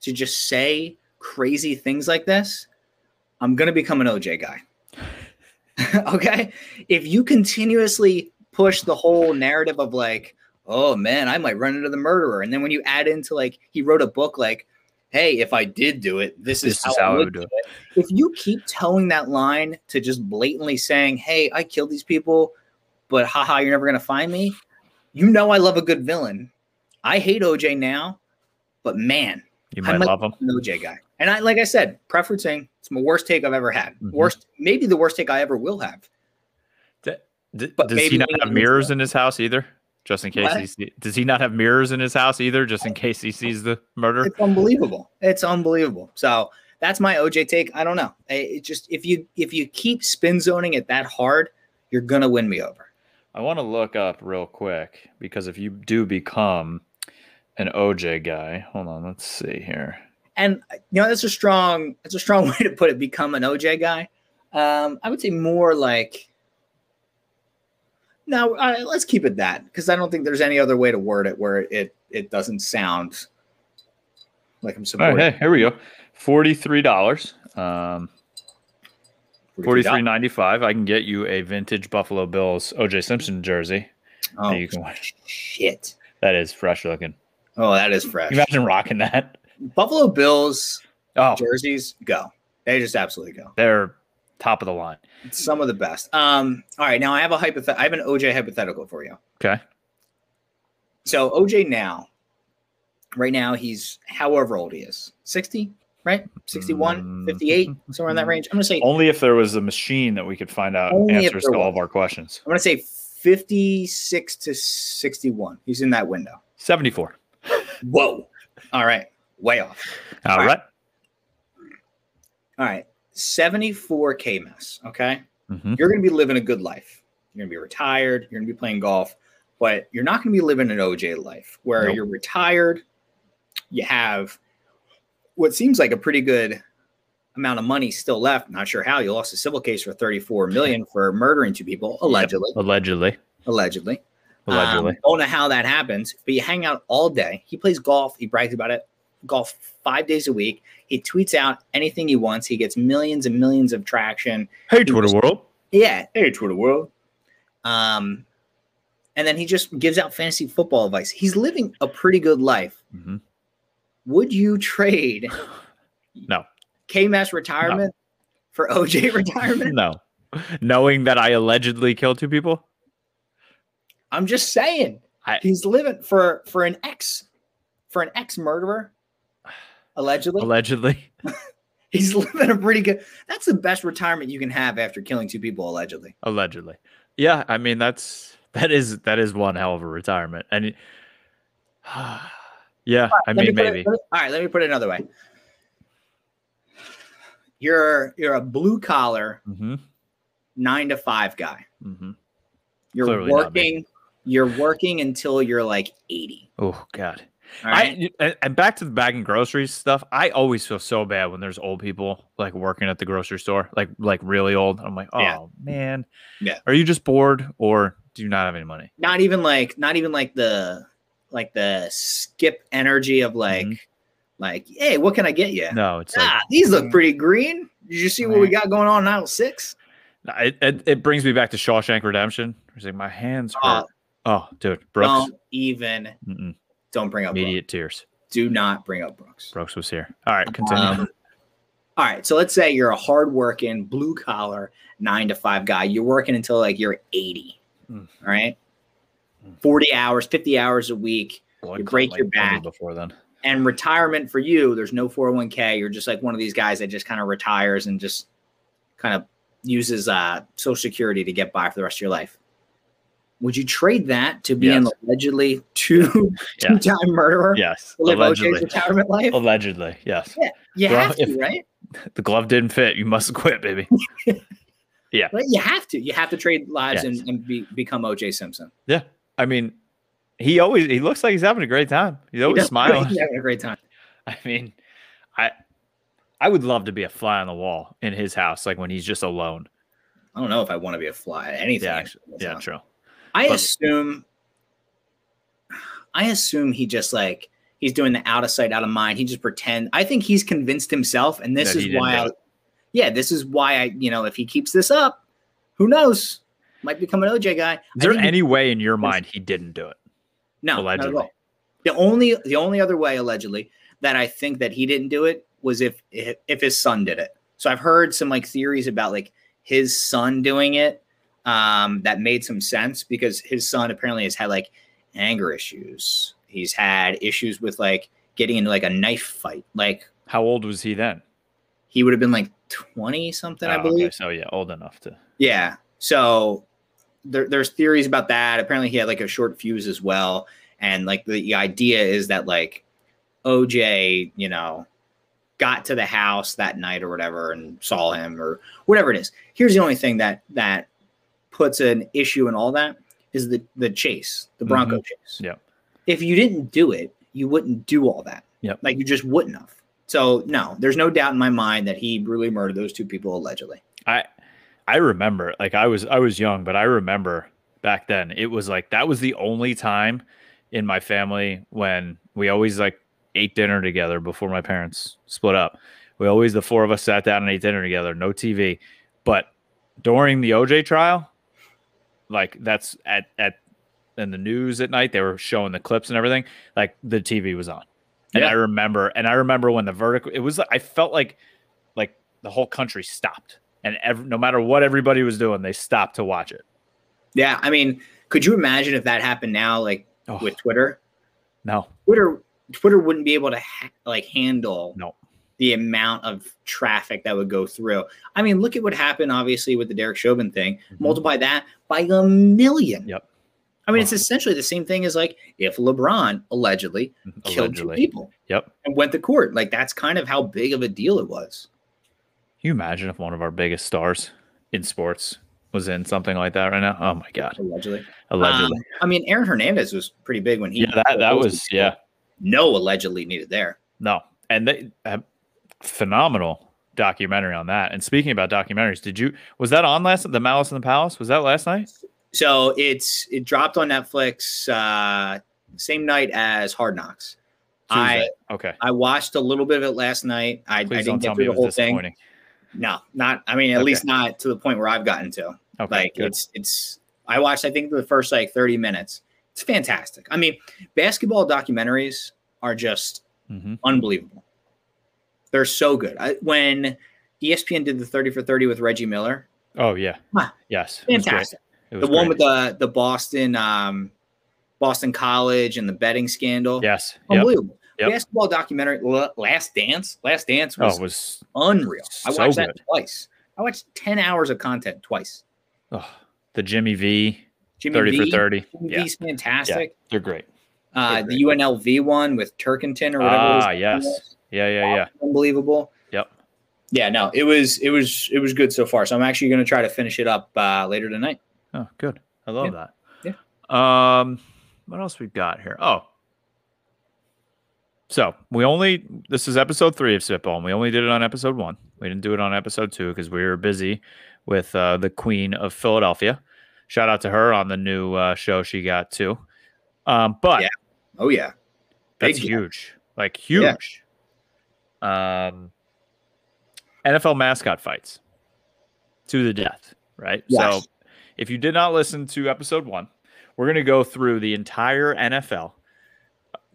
to just say crazy things like this, I'm gonna become an OJ guy. [laughs] okay? If you continuously push the whole narrative of like, oh man, I might run into the murderer. And then when you add into like he wrote a book like, hey, if I did do it, this, is, how, I would do it. If you keep towing that line to just blatantly saying, hey, I killed these people, but haha, you're never gonna find me. You know I love a good villain. I hate OJ now, but man,
You
I
might
might-
love him.
I'm an OJ guy. And I, like I said, preferencing, it's my worst take I've ever had.
Mhm.
Worst, maybe the worst take I ever will have.
D-
But
does
maybe
he not
we
have
don't
mirrors in his house either? Just in case
What?
he see- does he not have mirrors in his house either? Just in case he sees the murder.
It's unbelievable. It's unbelievable. So that's my OJ take. I don't know. I- It just if you if you keep spin zoning it that hard, you're gonna win me over.
I want to look up real quick because if you do become an OJ guy, hold on, let's see here.
And you know that's a strong that's a strong [laughs] way to put it. Become an OJ guy. Um, I would say more like. No, uh, let's keep it that because I don't think there's any other way to word it where it it doesn't sound like I'm
All
supporting.
right, hey, here we go. Forty-three dollars. Um, Forty-three ninety-five. I can get you a vintage Buffalo Bills OJ Simpson jersey.
Oh
that you can wear.
shit!
That is fresh looking.
Oh, that is fresh.
Can you imagine rocking that.
Buffalo Bills
Oh,
jerseys go. They just absolutely go.
they're top of the line.
Some of the best. Um, all right, now I have a hypothet. I have an OJ hypothetical for you.
Okay.
So OJ now, right now he's however old he is, 60, right? 61,
Mm.
58, somewhere in that range. I'm gonna say I'm
Only if there was a machine that we could find out
Only if
answers
there
to all
was.
of our questions.
gonna say 56 to 61. He's in that window.
Seventy-four.
Whoa. All right, way off.
All
right.
right.
All right, 74 KMS. Okay.
Mhm.
you're going to be living a good life. You're going to be retired. You're going to be playing golf, but you're not going to be living an OJ life where
Nope.
you're retired. You have what seems like a pretty good amount of money still left. Not sure how you lost a civil case for 34 million for murdering two people, allegedly.
Allegedly.
Allegedly.
Allegedly.
Um, don't know how that happens, but you hang out all day. He plays golf. He brags about it. Golf five days a week. He tweets out anything he wants. He gets millions and millions of traction.
hey,
Twitter
Twitter world.
Yeah. Hey, Twitter world. Um, and then he just gives out fantasy football advice. He's living a pretty good life.
hmm
Would you trade
No.
KMass retirement for OJ [laughs]
[laughs]
retirement?
No. Knowing that I allegedly killed two people.
I'm just saying
I-
he's living for for an ex for an ex murderer. Allegedly,
Allegedly.
he's [laughs] living a pretty good. That's the best retirement you can have after killing two people. Allegedly,
Allegedly. Yeah, I mean that's [laughs] that is that is one hell of a retirement. And it- [sighs] yeah, I mean
Let put it-
maybe.
let me- all right, let me put it another way. You're you're a blue collar
hmm
nine to five guy.
hmm
You're
Clearly not me.
working. You're working until you're like eighty.
Oh God.
All right.
I you- and- and back to the bag and groceries stuff. I always feel so bad when there's old people like working at the grocery store, like like really old. I'm like, oh
Yeah.
man,
Yeah.
Are you just bored or do you not have any money?
not even like not even like the like the skip energy of like
Mhm.
like hey, what can I get you?
No, it's like mm.
ah, these look pretty green. Did you see what we got going on in aisle six?
Nah, It, it, it brings me back to Shawshank Redemption. It's like my hands
Oh.
hurt. Oh, dude, Brooks,
Don't even
Mm-mm.
don't bring up Brooks.
immediate tears.
Do not bring up Brooks.
Uh-huh. Brooks was here. All right, continue.
Um, all right, so let's say you're a hardworking, blue collar, nine to five guy. You're working until like you're 80.
Mm.
All right.
Mm-hmm.
40 hours, 50 hours a week.
Well, I
You
caught
break
my
your
penny
back.
before
[laughs]
then.
And retirement for you, there's no 401k. You're just like one of these guys that just kind of retires and just kind of uses uh, Social Security to get by for the rest of your life. Would you trade that to being
Yes.
allegedly two
Yeah.
two time murderer?
Yes,
To live OJ's
allegedly.
retirement life?
Allegedly, yes.
You
Bro,
have to,
if-
right?
The glove didn't fit. You must [laughs] quit,
[laughs]
baby.
Right? You have to. You have to trade lives
Yes.
and, and be, become OJ Simpson.
Yeah, I mean, he always he looks like he's having a great time. He's always
He's
smiling.
[laughs] having a great time.
I mean, I I would love to be a fly on the wall in his house, like when he's just alone.
I don't know if I want to be a fly. Anything.
Yeah,
actually.
Yeah, true.
I
But-
assume. I assume he just like he's doing the out of sight, out of mind. He just pretend. I think he's convinced himself, and this
That
is
he didn't
why.
do
I,
it.
yeah, this is why I. You know, if he keeps this up, who knows? Might become an OJ guy. I
Is there
think he-
any way in your mind he didn't do it?
No, not at
Allegedly.
all. The only the only other way allegedly that I think that he didn't do it was if if if his son did it. So I've heard some like theories about like his son doing it um, that made some sense because his son apparently has had like anger issues. He's had issues with like getting into like a knife fight. Like
How old was he then?
he would have been like twenty something,
Oh,
I
okay,
believe.
So yeah, old enough to.
Yeah. So there, there's theories about that. Apparently, he had like a short fuse as well. And like the idea is that like OJ, you know, got to the house that night or whatever and saw him or whatever it is. Here's the only thing that that puts an issue in all that is the the chase, the Bronco chase.
Yep.
If you didn't do it, you wouldn't do all that.
Yep.
Like you just wouldn't have. So no, there's no doubt in my mind that he brutally murdered those two people allegedly.
I I remember like I was I was young, but I remember back then it was like that was the only time in my family when we always like ate dinner together before my parents split up. We always the four of us sat down and ate dinner together, no TV. But during the OJ trial, like that's at at in the news at night, they were showing the clips and everything. Like the TV was on. And I remember and I remember when the verdict it was I felt like like the whole country stopped and ev- no matter what everybody was doing they stopped to watch it
Yeah, I mean, could you imagine if that happened now, like
oh
with Twitter?
no
Twitter, Twitter wouldn't be able to ha- like handle
No.
the amount of traffic that would go through. I mean, look at what happened, obviously, with the Derek Chauvin thing. Multiply that by a million.
Mm-hmm. Yep.
I mean, it's essentially the same thing as like if LeBron allegedly, killed two
Allegedly.
people
yep Can
and went to court. Like that's kind of how big of a deal it was.
you imagine if one of our biggest stars in sports was in something like that right now oh my god
Allegedly.
allegedly
Um, I mean, Aaron Hernandez was pretty big when he.
yeah that, that was yeah
No, allegedly needed there.
no and they have phenomenal documentary on that and speaking about documentaries did you was that on last the malice in the palace was that last night
So it's it dropped on Netflix uh, same night as Hard Knocks. I
Tuesday. okay
I watched a little bit of it last night. I, I
please
didn't
don't tell
get
me
through
it
the
was
whole thing.
disappointing
No, not. I mean, at
Okay.
least not to the point where I've gotten to.
okay
Like
good.
it's it's. I watched I think the first like thirty minutes. It's fantastic. I mean, basketball documentaries are just
Mhm.
unbelievable. They're so good. I, when E ESPN did the thirty for thirty with Reggie Miller,
oh yeah
Wow.
yes it was great.
fantastic.
It was
the one
great.
with the the Boston um Boston College and the betting scandal.
yes yep.
Unbelievable.
Yep.
Basketball documentary La- Last Dance. Last Dance
oh
was
it was
unreal. I
so
watched that
good.
twice. I watched 10 hours of content twice.
Oh, the Jimmy V,
Jimmy
30
V,
for 30.
Jimmy
Yeah,
V's fantastic.
they're great.
Uh, the UNLV one with Turkington or whatever. his
Ah,
name
yes.
was.
Yeah, yeah, yeah.
Unbelievable.
Yep.
Yeah, no, it was it was it was good so far. So I'm actually going to try to finish it up uh, later tonight.
Oh, good. I love
Yeah.
that. Yeah. Um, what else we've got here? Oh. So we only this is episode three of Spitball, and we only did it on episode one. We didn't do it on episode two because we were busy with uh, the Queen of Philadelphia. Shout out to her on the new uh, show she got too. Um, but
Yeah. Oh yeah,
That's
Big deal.
huge. Like
Yeah.
huge. Um NFL mascot fights to the death, right?
Yes.
So if you did not listen to episode 1, we're going to go uh, through the entire NFL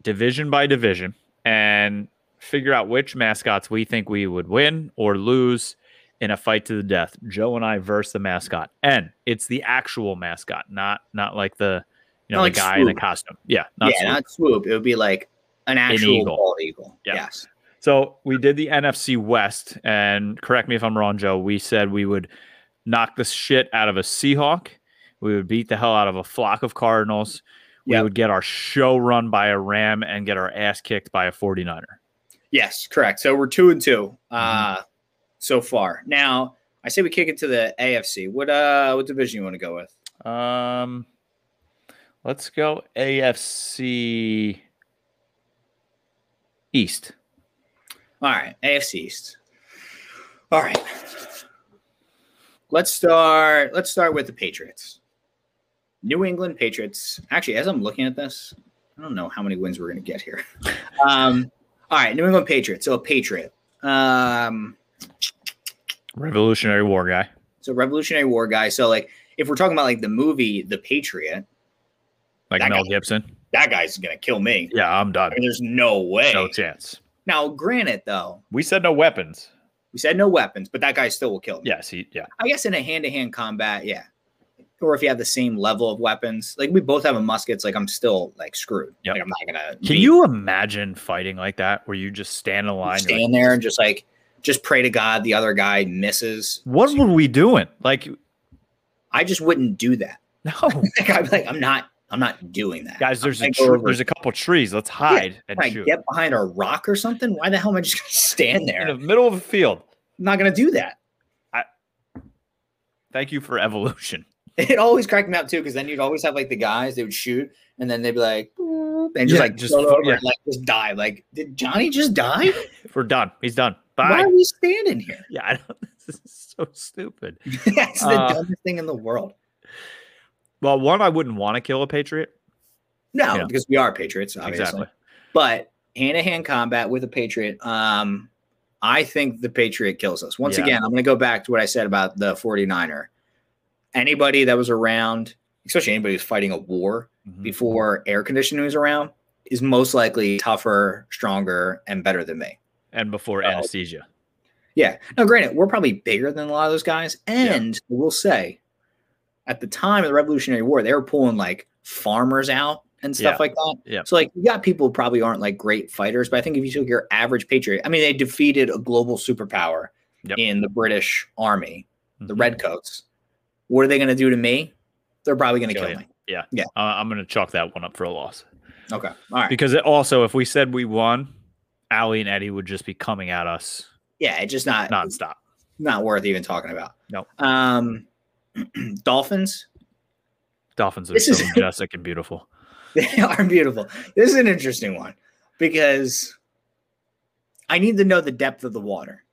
division by division and figure out which mascots we think we would win or lose in a fight to the death. Joe and I versus the mascot, and it's the actual mascot, not not like the you know
Not
the
like
guy in
Swoop.
the costume. Yeah,
yeah,
not Swoop.
not swoop. It would be like an actual
eagle.
bald eagle.
Yeah.
Yes.
So we did the NFC West, and correct me if I'm wrong, Joe. We said we would knock the shit out of a Seahawk. We would beat the hell out of a flock of Cardinals. We
Yep.
would get our show run by a Ram and get our ass kicked by a 49er.
Yes, correct. So we're two and 2
Mm-hmm.
uh, so far. Now I say we kick it to the AFC. What uh, what division you want to go with?
Um, let's go AFC East.
All right, AFC East. All right. Let's start let's start with the Patriots. New England Patriots. Actually, as I'm looking at this, I don't know how many wins we're going to get here. [laughs] Um all right, New England Patriots. So a Patriot. Um
Revolutionary War guy.
so Revolutionary War guy. So like if we're talking about like the movie The Patriot,
Like
That
Mel
guy.
Gibson.
that guy's going to kill me.
Yeah, I'm done.
I mean, there's no way.
No chance.
Now, granted though,
We said no weapons.
we said no weapons, but that guy still will kill me.
Yes, he, yeah.
I guess in a hand to hand combat, yeah. Or if you have the same level of weapons, like we both have a muskets, like I'm still like screwed.
Yep.
Like I'm not gonna.
Can
be-
you imagine fighting like that where you just stand in line? you're
stand
like,
there and just like just pray to God the other guy misses?
what were we doing? Like, [laughs]
I just wouldn't do that. [laughs]
no,
Like I'm like I'm not I'm not doing that.
guys, there's
I
a
go
tr-
over-
there's a couple trees. Let's hide and
Can I
shoot
get behind a rock or something. Why the hell am I just gonna stand
in
there?
the
I'm
middle of a field.
not gonna do that. [laughs]
Thank you for evolution. [laughs]
It always cracked me up too because then you'd always have like the guys they would shoot and then they'd be like boop, and just
Yeah,
like
just
just over
fu- yeah.
and, like just die. Like did Johnny just die?
We're done. He's done.
Why
[laughs] Bye.
are we standing here?
[laughs]
[laughs]
Yeah, I don't, [laughs] this is so stupid.
That's the
Uh,
dumbest thing in the world.
Well, one, I wouldn't want to kill a patriot.
No,
yeah.
because we are Patriots, obviously.
Exactly.
But hand to hand combat with a Patriot, um, I think the Patriot kills us. Once
Yeah.
again, I'm going to go back to what I said about the 49er. Anybody that was around, especially anybody who's fighting a war
Mhm.
before air conditioning was around, is most likely tougher, stronger, and better than me.
And before
Oh.
anesthesia.
Yeah. Now, granted, we're probably bigger than a lot of those guys. And we'll say at the time of the Revolutionary War, they were pulling like farmers out and stuff
Yeah.
like that.
Yeah.
So, like, you got people who probably aren't like great fighters. But I think if you took your average patriot, I mean, they defeated a global superpower
Yep.
in the British army, the
Mhm.
Redcoats. What are they going to do to me? They're probably going to
Kill
kill
you.
me.
Uh, I'm going to chalk that one up for a loss.
Okay. All right.
Because it also, if we said we won, Allie and Eddie would just be coming at us
yeah. It's just not, not,
nonstop.
worth even talking about.
Nope.
Um, [clears throat] Dolphins. [laughs]
Dolphins are
This
so
[laughs] is-
majestic and beautiful.
They are beautiful. This is an interesting one because I need to know the depth of the water.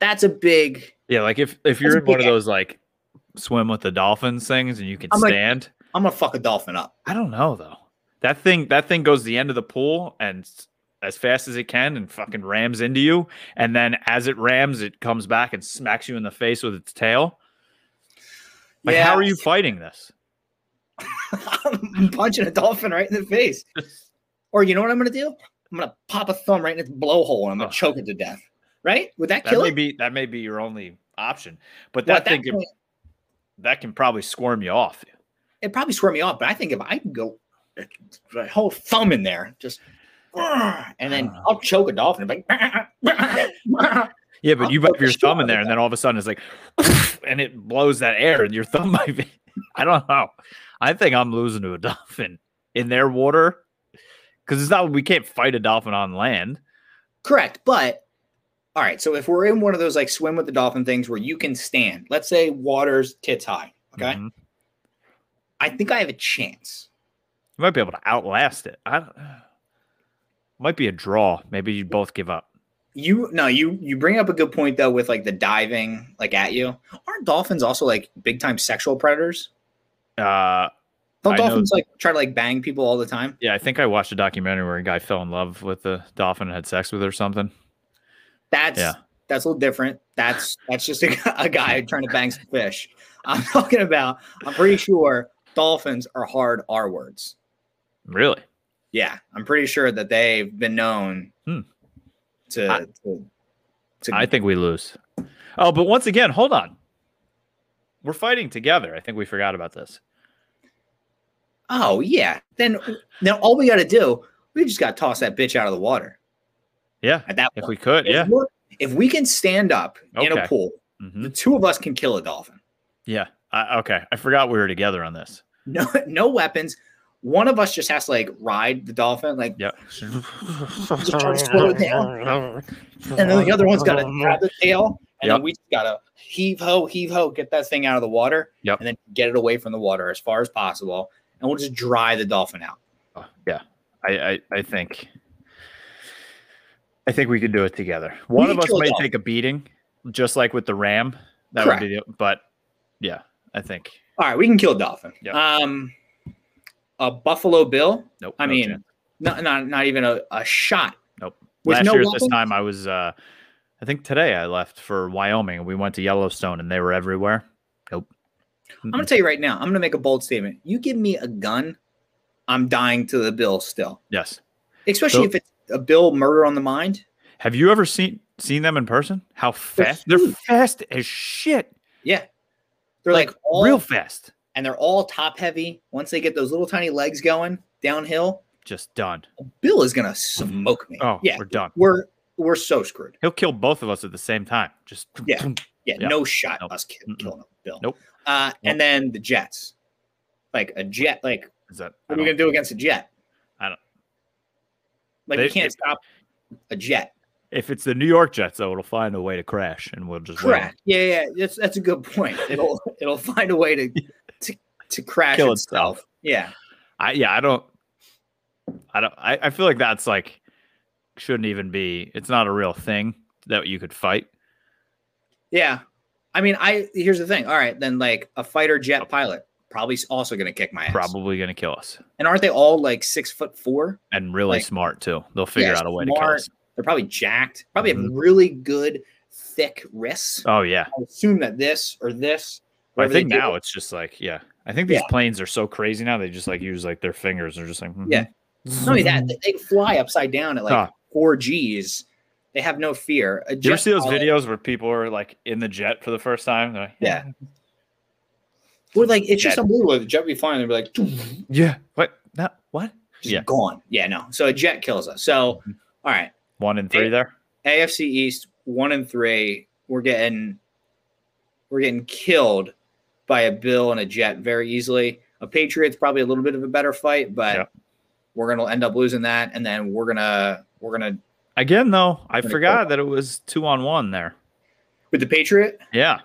That's a big.
Yeah, like if if you're
a
in one of
big ass.
those like swim with the dolphins things and you can
I'm like-
stand,
I'm gonna fuck a dolphin up. [laughs]
I don't know though. That thing that thing goes to the end of the pool and s- as fast as it can and fucking rams into you, and then as it rams, it comes back and smacks you in the face with its tail. Like, how are you fighting this?
I'm punching a dolphin right in the
[laughs]
face. Or you know what I'm gonna do? I'm gonna pop a thumb right in its blowhole and I'm gonna
Oh.
choke it to death. Right? Would that,
That
kill
may
it?
be that may be your only option, but
Well,
that
at that
thing can,
point,
that can probably squirm you off.
it probably swear me off, but I think if I can go my whole thumb in there, just and then
don't know.
I'll choke a dolphin. Like,
Yeah, but
I'll
you put
poke
your
the shit
thumb in
out of
there, and then all of a sudden it's like, [laughs] and it blows that air, and your thumb [laughs] might be. I don't know. I think I'm losing to a [laughs] dolphin in their water because it's not. We can't fight a dolphin on land.
[laughs] Correct. But all right. So if we're in one of those like swim with the dolphin things where you can stand, let's say water's tits high. Okay.
Mhm.
I think I have a chance.
You might be able to outlast it. I don't, [sighs] might be a draw. Maybe you both give up.
You no, you you bring up a good point though with like the diving like at you. Aren't dolphins also like big time sexual predators?
Uh,
Don't
I know-
dolphins like try to like bang people all the time?
yeah, I think I watched a documentary where a guy fell in love with the dolphin and had sex with her or something.
That's
Yeah.
that's a little different. That's that's just a, a guy trying to bang some fish. I'm talking about. I'm pretty sure dolphins are hard R words.
Really?
Yeah, I'm pretty sure that they've been known
Hmm.
to,
I-
to, to
I think we lose. Oh, but once again, hold on. We're fighting together. I think we forgot about this.
oh yeah. Then then all we got to do, we just got to toss that bitch out of the water
Yeah,
at that
if
point.
we could,
If
yeah,
we're- If we can stand up in
Okay.
a pool,
hmm
the two of us can kill a dolphin.
yeah. I, okay, I forgot we were together on this.
No, [laughs] no weapons. One of us just has to like ride the dolphin, like [laughs]
Yeah,
just try to slow it down, and then the other one's got to grab the tail, and
Yep.
then we just gotta heave ho, heave ho, get that thing out of the water,
Yep.
and then get it away from the water as far as possible, and we'll just dry the dolphin out.
Oh, yeah. I, I, I think, I think we could do it together. One of
could
us
kill a
may
dolphin.
take a beating, just like with the ram. That would be, the, but yeah, I think.
All right, we can kill a dolphin.
Yep.
Um, a Buffalo Bill.
Nope.
I
no
mean,
chance.
Not, not not even a, a shot.
Nope.
With
last
no
year at
weapon?
this time, I was, uh, I think today I left for Wyoming and we went to Yellowstone and they were everywhere. Nope.
I'm gonna tell you right now. I'm gonna make a bold statement. You give me a gun, I'm dying to the bill still.
Yes. So-
Especially if it's a bill murder on the mind.
Have you ever seen seen them in person? How fast? They're
huge.
fast as shit.
Yeah, they're like, all,
real fast.
and they're all top heavy. Once they get those little tiny legs going downhill,
Just done.
Bill is gonna smoke me.
Oh,
yeah,
we're done.
we're we're so screwed.
He'll kill both of us at the same time. Just [laughs]
Yeah. Yeah,
Yeah.
no shot
Nope.
us ki-
Mm-mm.
killing Bill.
Nope.
Uh, and then the Jets, like a jet, like
Is that I
What are you
don't-
gonna do against a jet?
I don't-
Like
They-
you can't
it-
stop a jet.
if it's the New York Jets, though, it'll find a way to crash, and we'll just win.
Correct. Yeah, yeah. That's that's a
[laughs]
good point. It'll it'll find a way to to, to crash
Kill
itself. Yeah.
I yeah, I don't, I don't, I, I feel like that's like shouldn't even be. It's not a real thing that you could fight.
Yeah. I mean, I here's the thing. All right, then like a fighter jet pilot probably is also gonna kick my ass.
Probably gonna kill us,
And aren't they all like six foot four?
and really
Like-
smart too. They'll figure
Yeah,
out a way to kill
smart.
us.
They're probably jacked. Probably have
Mhm.
really good thick wrists.
Oh yeah,
I assume that this or this.
But I
whatever they
think
do-
now it's just like yeah. I think these
Yeah.
planes are so crazy now. They just like use like their fingers. They're just like mhm.
Yeah. Not only that, they- they fly upside down at like
Huh.
four G's. They have no fear. A
Do you ever
jet
see those
pilot-
videos where people are like in the jet for the first time? They're like,
Yeah. Well, like it's just
Jet.
unbelievable. The jet would be flying and be like, just
yeah. What? No. What? Yeah.
gone. Yeah, no. So a jet kills us. So,
Mm-hmm.
all right,
One and three
Hey.
there.
AFC East one and three. We're getting, we're getting killed by a Bill and a Jet very easily. A Patriots probably a little bit of a better fight, but
Yeah.
we're gonna end up losing that, and then we're gonna we're gonna
Again, though, I
Pretty
forgot that it was two on one there.
with the Patriot.
Yeah.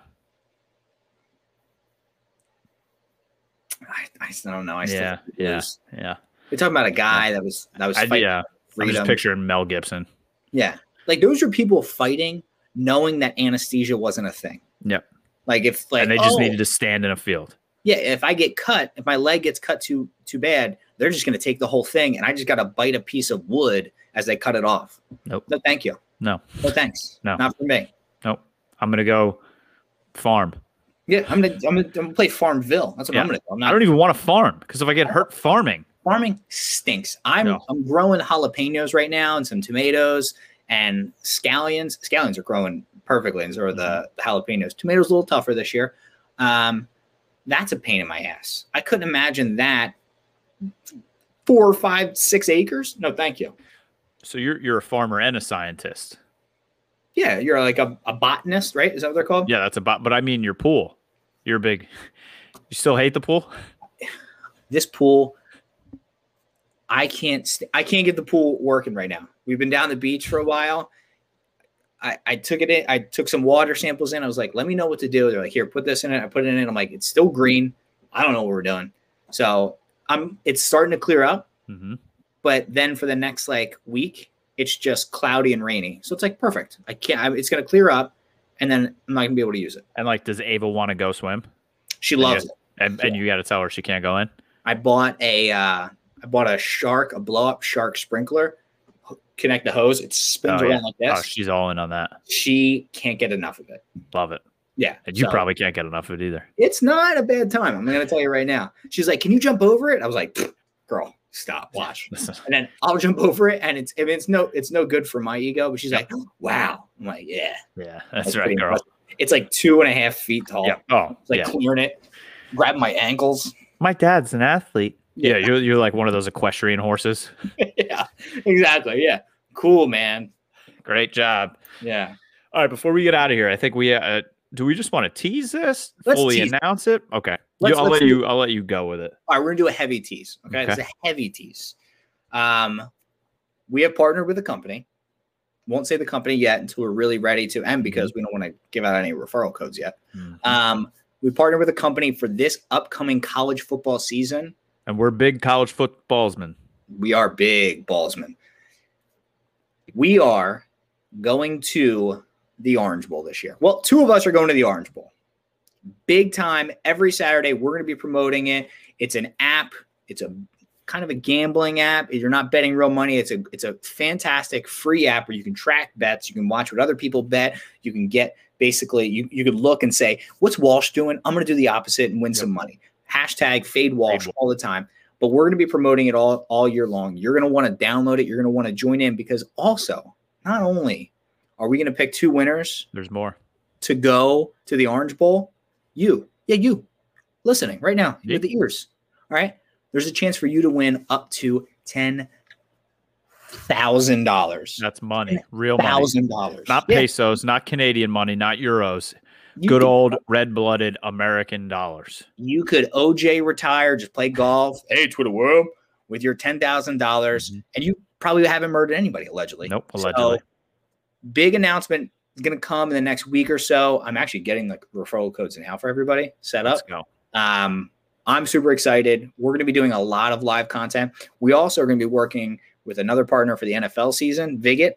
I, I still don't know. I still
Yeah.
think we
Yeah.
lose.
Yeah.
We're talking about a guy that was that was
I,
fighting
yeah.
for
I'm just
freedom.
picturing Mel Gibson.
yeah, like those are people fighting knowing that anesthesia wasn't a thing.
Yep.
Like if like
and they just
oh,
needed to stand in a field.
yeah, if I get cut, if my leg gets cut too too bad, they're just gonna take the whole thing, and I just gotta bite a piece of wood as they cut it off.
Nope.
No, thank you.
No.
No thanks.
No.
Not for me.
Nope. I'm going to go farm.
Yeah, I'm gonna I'm gonna, I'm gonna play Farmville. That's what
Yeah.
I'm gonna do. I'm
I
not
don't even want to farm because if I get hurt farming,
farming stinks. I'm
No.
I'm growing jalapenos right now and some tomatoes and scallions. Scallions are growing perfectly, and so are the jalapenos. Tomatoes a little tougher this year. Um, that's a pain in my ass. I couldn't imagine that. Four, five, six acres? No, thank you.
so you're you're a farmer and a scientist.
Yeah, you're like a, a botanist, right? Is that what they're called?
Yeah, that's about. But I mean, your pool. You're a big. You still hate the pool?
This pool, I can't. St- I can't get the pool working right now. We've been down the beach for a while. I, I took it in. I took some water samples in. I was like, let me know what to do. They're like, here, put this in it. I put it in. I'm like, it's still green. I don't know what we're doing. So I'm. It's starting to clear up,
hmm
but then for the next like week, it's just cloudy and rainy. So it's like perfect. I can't. I, it's gonna clear up, and then I'm not gonna be able to use it.
And like, does Ava want to go swim?
She
And you-
loves it.
And, and you got to tell her she can't go in. Oh,
I bought a uh, I bought a shark, a blow up shark sprinkler. H- Connect the hose, it spins
Oh, yeah.
around like this.
Oh, she's all in on that.
she can't get enough of it.
Love it.
Yeah,
And you
so
probably can't get enough of it either.
it's not a bad time. I'm gonna tell you right now. She's like, "Can you jump over it?" I was like, "Girl, stop,
[laughs]
watch. And then I'll jump over it, and it's I mean, it's no it's no good for my ego. But she's like, wow. I'm like, yeah,
yeah, that's
pretty
right, girl.
impressive. It's like two and a half feet tall.
Yeah. Oh,
It's like
yeah.
clearing it, grabbing my ankles. [laughs]
My dad's an athlete. Yeah, you're you're like one of those equestrian horses.
yeah, exactly. Yeah, cool, man.
Great job.
Yeah.
All right, before we get out of here, I think we uh, do. We just want to tease this,
Let's
fully
tease-
announce it. Okay,
Let's-
You- I'll
let's
let
do-
you. I'll let you go with it.
All right, we're gonna do a heavy tease. Okay,
Okay.
it's a heavy tease. Um, we have partnered with a company. Won't say the company yet until we're really ready to, and because we don't want to give out any referral codes yet.
Mhm.
Um, we partnered with a company for this upcoming college football season.
And we're big college footballsmen.
We are big ballsmen. We are going to the Orange Bowl this year. Well, two of us are going to the Orange Bowl. Big time every Saturday. We're going to be promoting it. It's an app. It's a kind of a gambling app. You're not betting real money. It's a it's a fantastic free app where you can track bets. You can watch what other people bet. You can get basically you you could look and say, "What's Walsh doing? I'm going to do the opposite and win some money." Hashtag fade Walsh all the time. But we're going to be promoting it all all year long. You're going to want to download it. You're going to want to join in because also not only are we going to pick two winners
There's more.
to go to the Orange Bowl, you, yeah, you listening right now
Yeah.
with the ears. All right. There's a chance for you to win up to ten thousand dollars.
That's money, real money,
Thousand dollars.
not pesos, not Canadian money, not euros. Good old red-blooded American dollars.
you could OJ retire, just play golf, hey, Twitter world, with your ten dollars,
Mhm.
and you probably haven't murdered anybody allegedly.
Nope,
So,
allegedly.
big announcement is going to come in the next week or so. I'm actually getting the referral codes now for everybody set up.
Let's go.
Um, I'm super excited. We're going to be doing a lot of live content. We also are going to be working with another partner for the NFL season, Viget.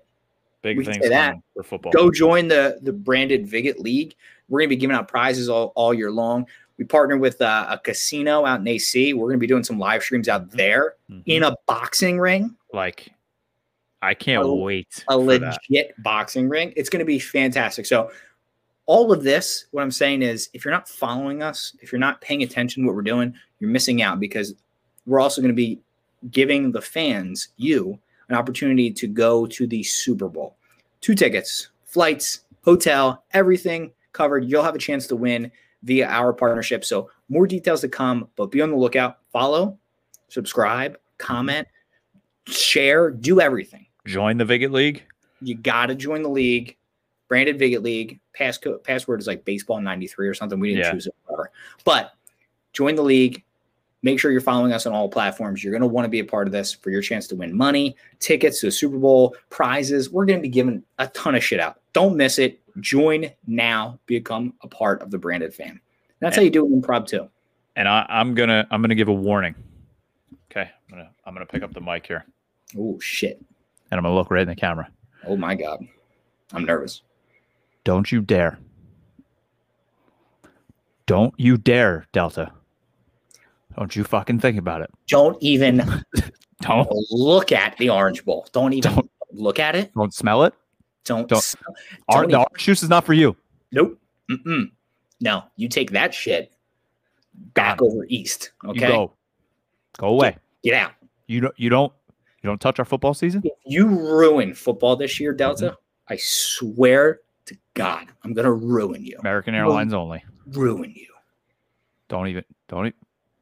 Big
we can say
things
that.
coming for football.
Go join the the branded Viget League. We're going to be giving out prizes all, all year long. We partner with uh, a casino out in AC. We're going to be doing some live streams out there
Mhm.
in a boxing ring,
like, I can't
A-
wait.
a
for that.
legit boxing ring. It's going to be fantastic. So, all of this, what I'm saying is, if you're not following us, if you're not paying attention to what we're doing, you're missing out because we're also going to be giving the fans, you, an opportunity to go to the Super Bowl. Two tickets, flights, hotel, everything covered. You'll have a chance to win via our partnership. So, more details to come, but be on the lookout. Follow, subscribe,
Mm-hmm.
comment, share, do everything.
Join the Viget League.
You got to join the league. Branded Viget League. Passcode password is like baseball 93 or something. We didn't
Yeah.
choose it forever. But join the league. Make sure you're following us on all platforms. You're going to want to be a part of this for your chance to win money, tickets to the Super Bowl, prizes. We're going to be giving a ton of shit out. Don't miss it. Join now. Become a part of the branded fam. That's how you do it in improv too.
and I, I'm gonna I'm gonna give a warning. Okay, I'm gonna I'm gonna pick up the mic here,
Oh shit.
and I'm gonna look right in the camera.
Oh my god. I'm nervous.
Don't you dare! Don't you dare, Delta! Don't you fucking think about it.
Don't
[laughs]
even
Don't
look at the Orange Bowl. Don't even
Don't.
look at it.
don't smell it.
Don't.
Don't-
s-
Our,
Don't
the
even-
orange juice is not for you.
nope. Mm-mm. No, you take that shit back
Gone.
over east.
You
Okay,
go, go away.
get out.
You don't you don't you don't touch our football season.
If you ruin football this year,
Mm-hmm.
Delta, I swear to God, I'm gonna ruin you.
American
Well-
Airlines only.
Ruin you.
Don't even don't even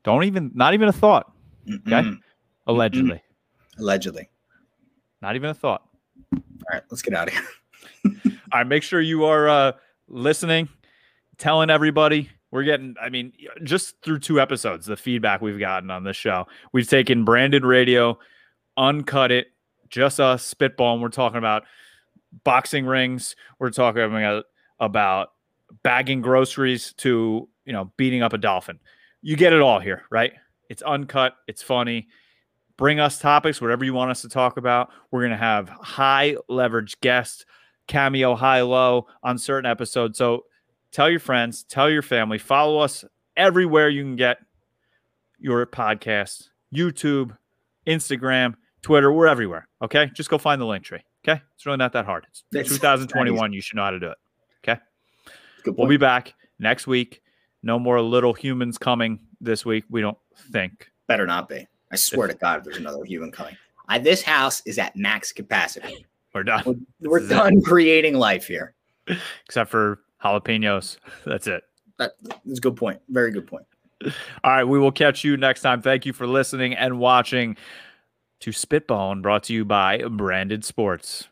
don't even not even a thought.
Mm-mm.
Allegedly,
Allegedly.
not even a thought.
All right, let's get out of here. [laughs]
All right, make sure you are uh, listening, telling everybody. We're getting, I mean, just through two episodes, the feedback we've gotten on this show. We've taken branded radio, uncut it, just us spitball, and we're talking about boxing rings. We're talking about, about bagging groceries to, you know, beating up a dolphin. You get it all here, right? It's uncut, it's funny. Bring us topics, whatever you want us to talk about. We're going to have high leverage guests cameo high low on certain episodes. So tell your friends, tell your family, follow us everywhere you can get your podcast, YouTube, Instagram, Twitter, we're everywhere. Okay. Just go find the link tree. Okay. It's really not that hard. It's
It's not
2021. You should know how to do it.
Good
We'll be back next week. No more little humans coming this week. We don't think.
Better not be. I swear to God, if there's another human coming, I, this house is at max capacity.
We're done.
We're, we're
is it.
done creating life here.
Except for jalapenos. [laughs] That's it.
That- That's a good point. Very good point.
All right, we will catch you next time. Thank you for listening and watching to Spitbone, brought to you by Branded Sports.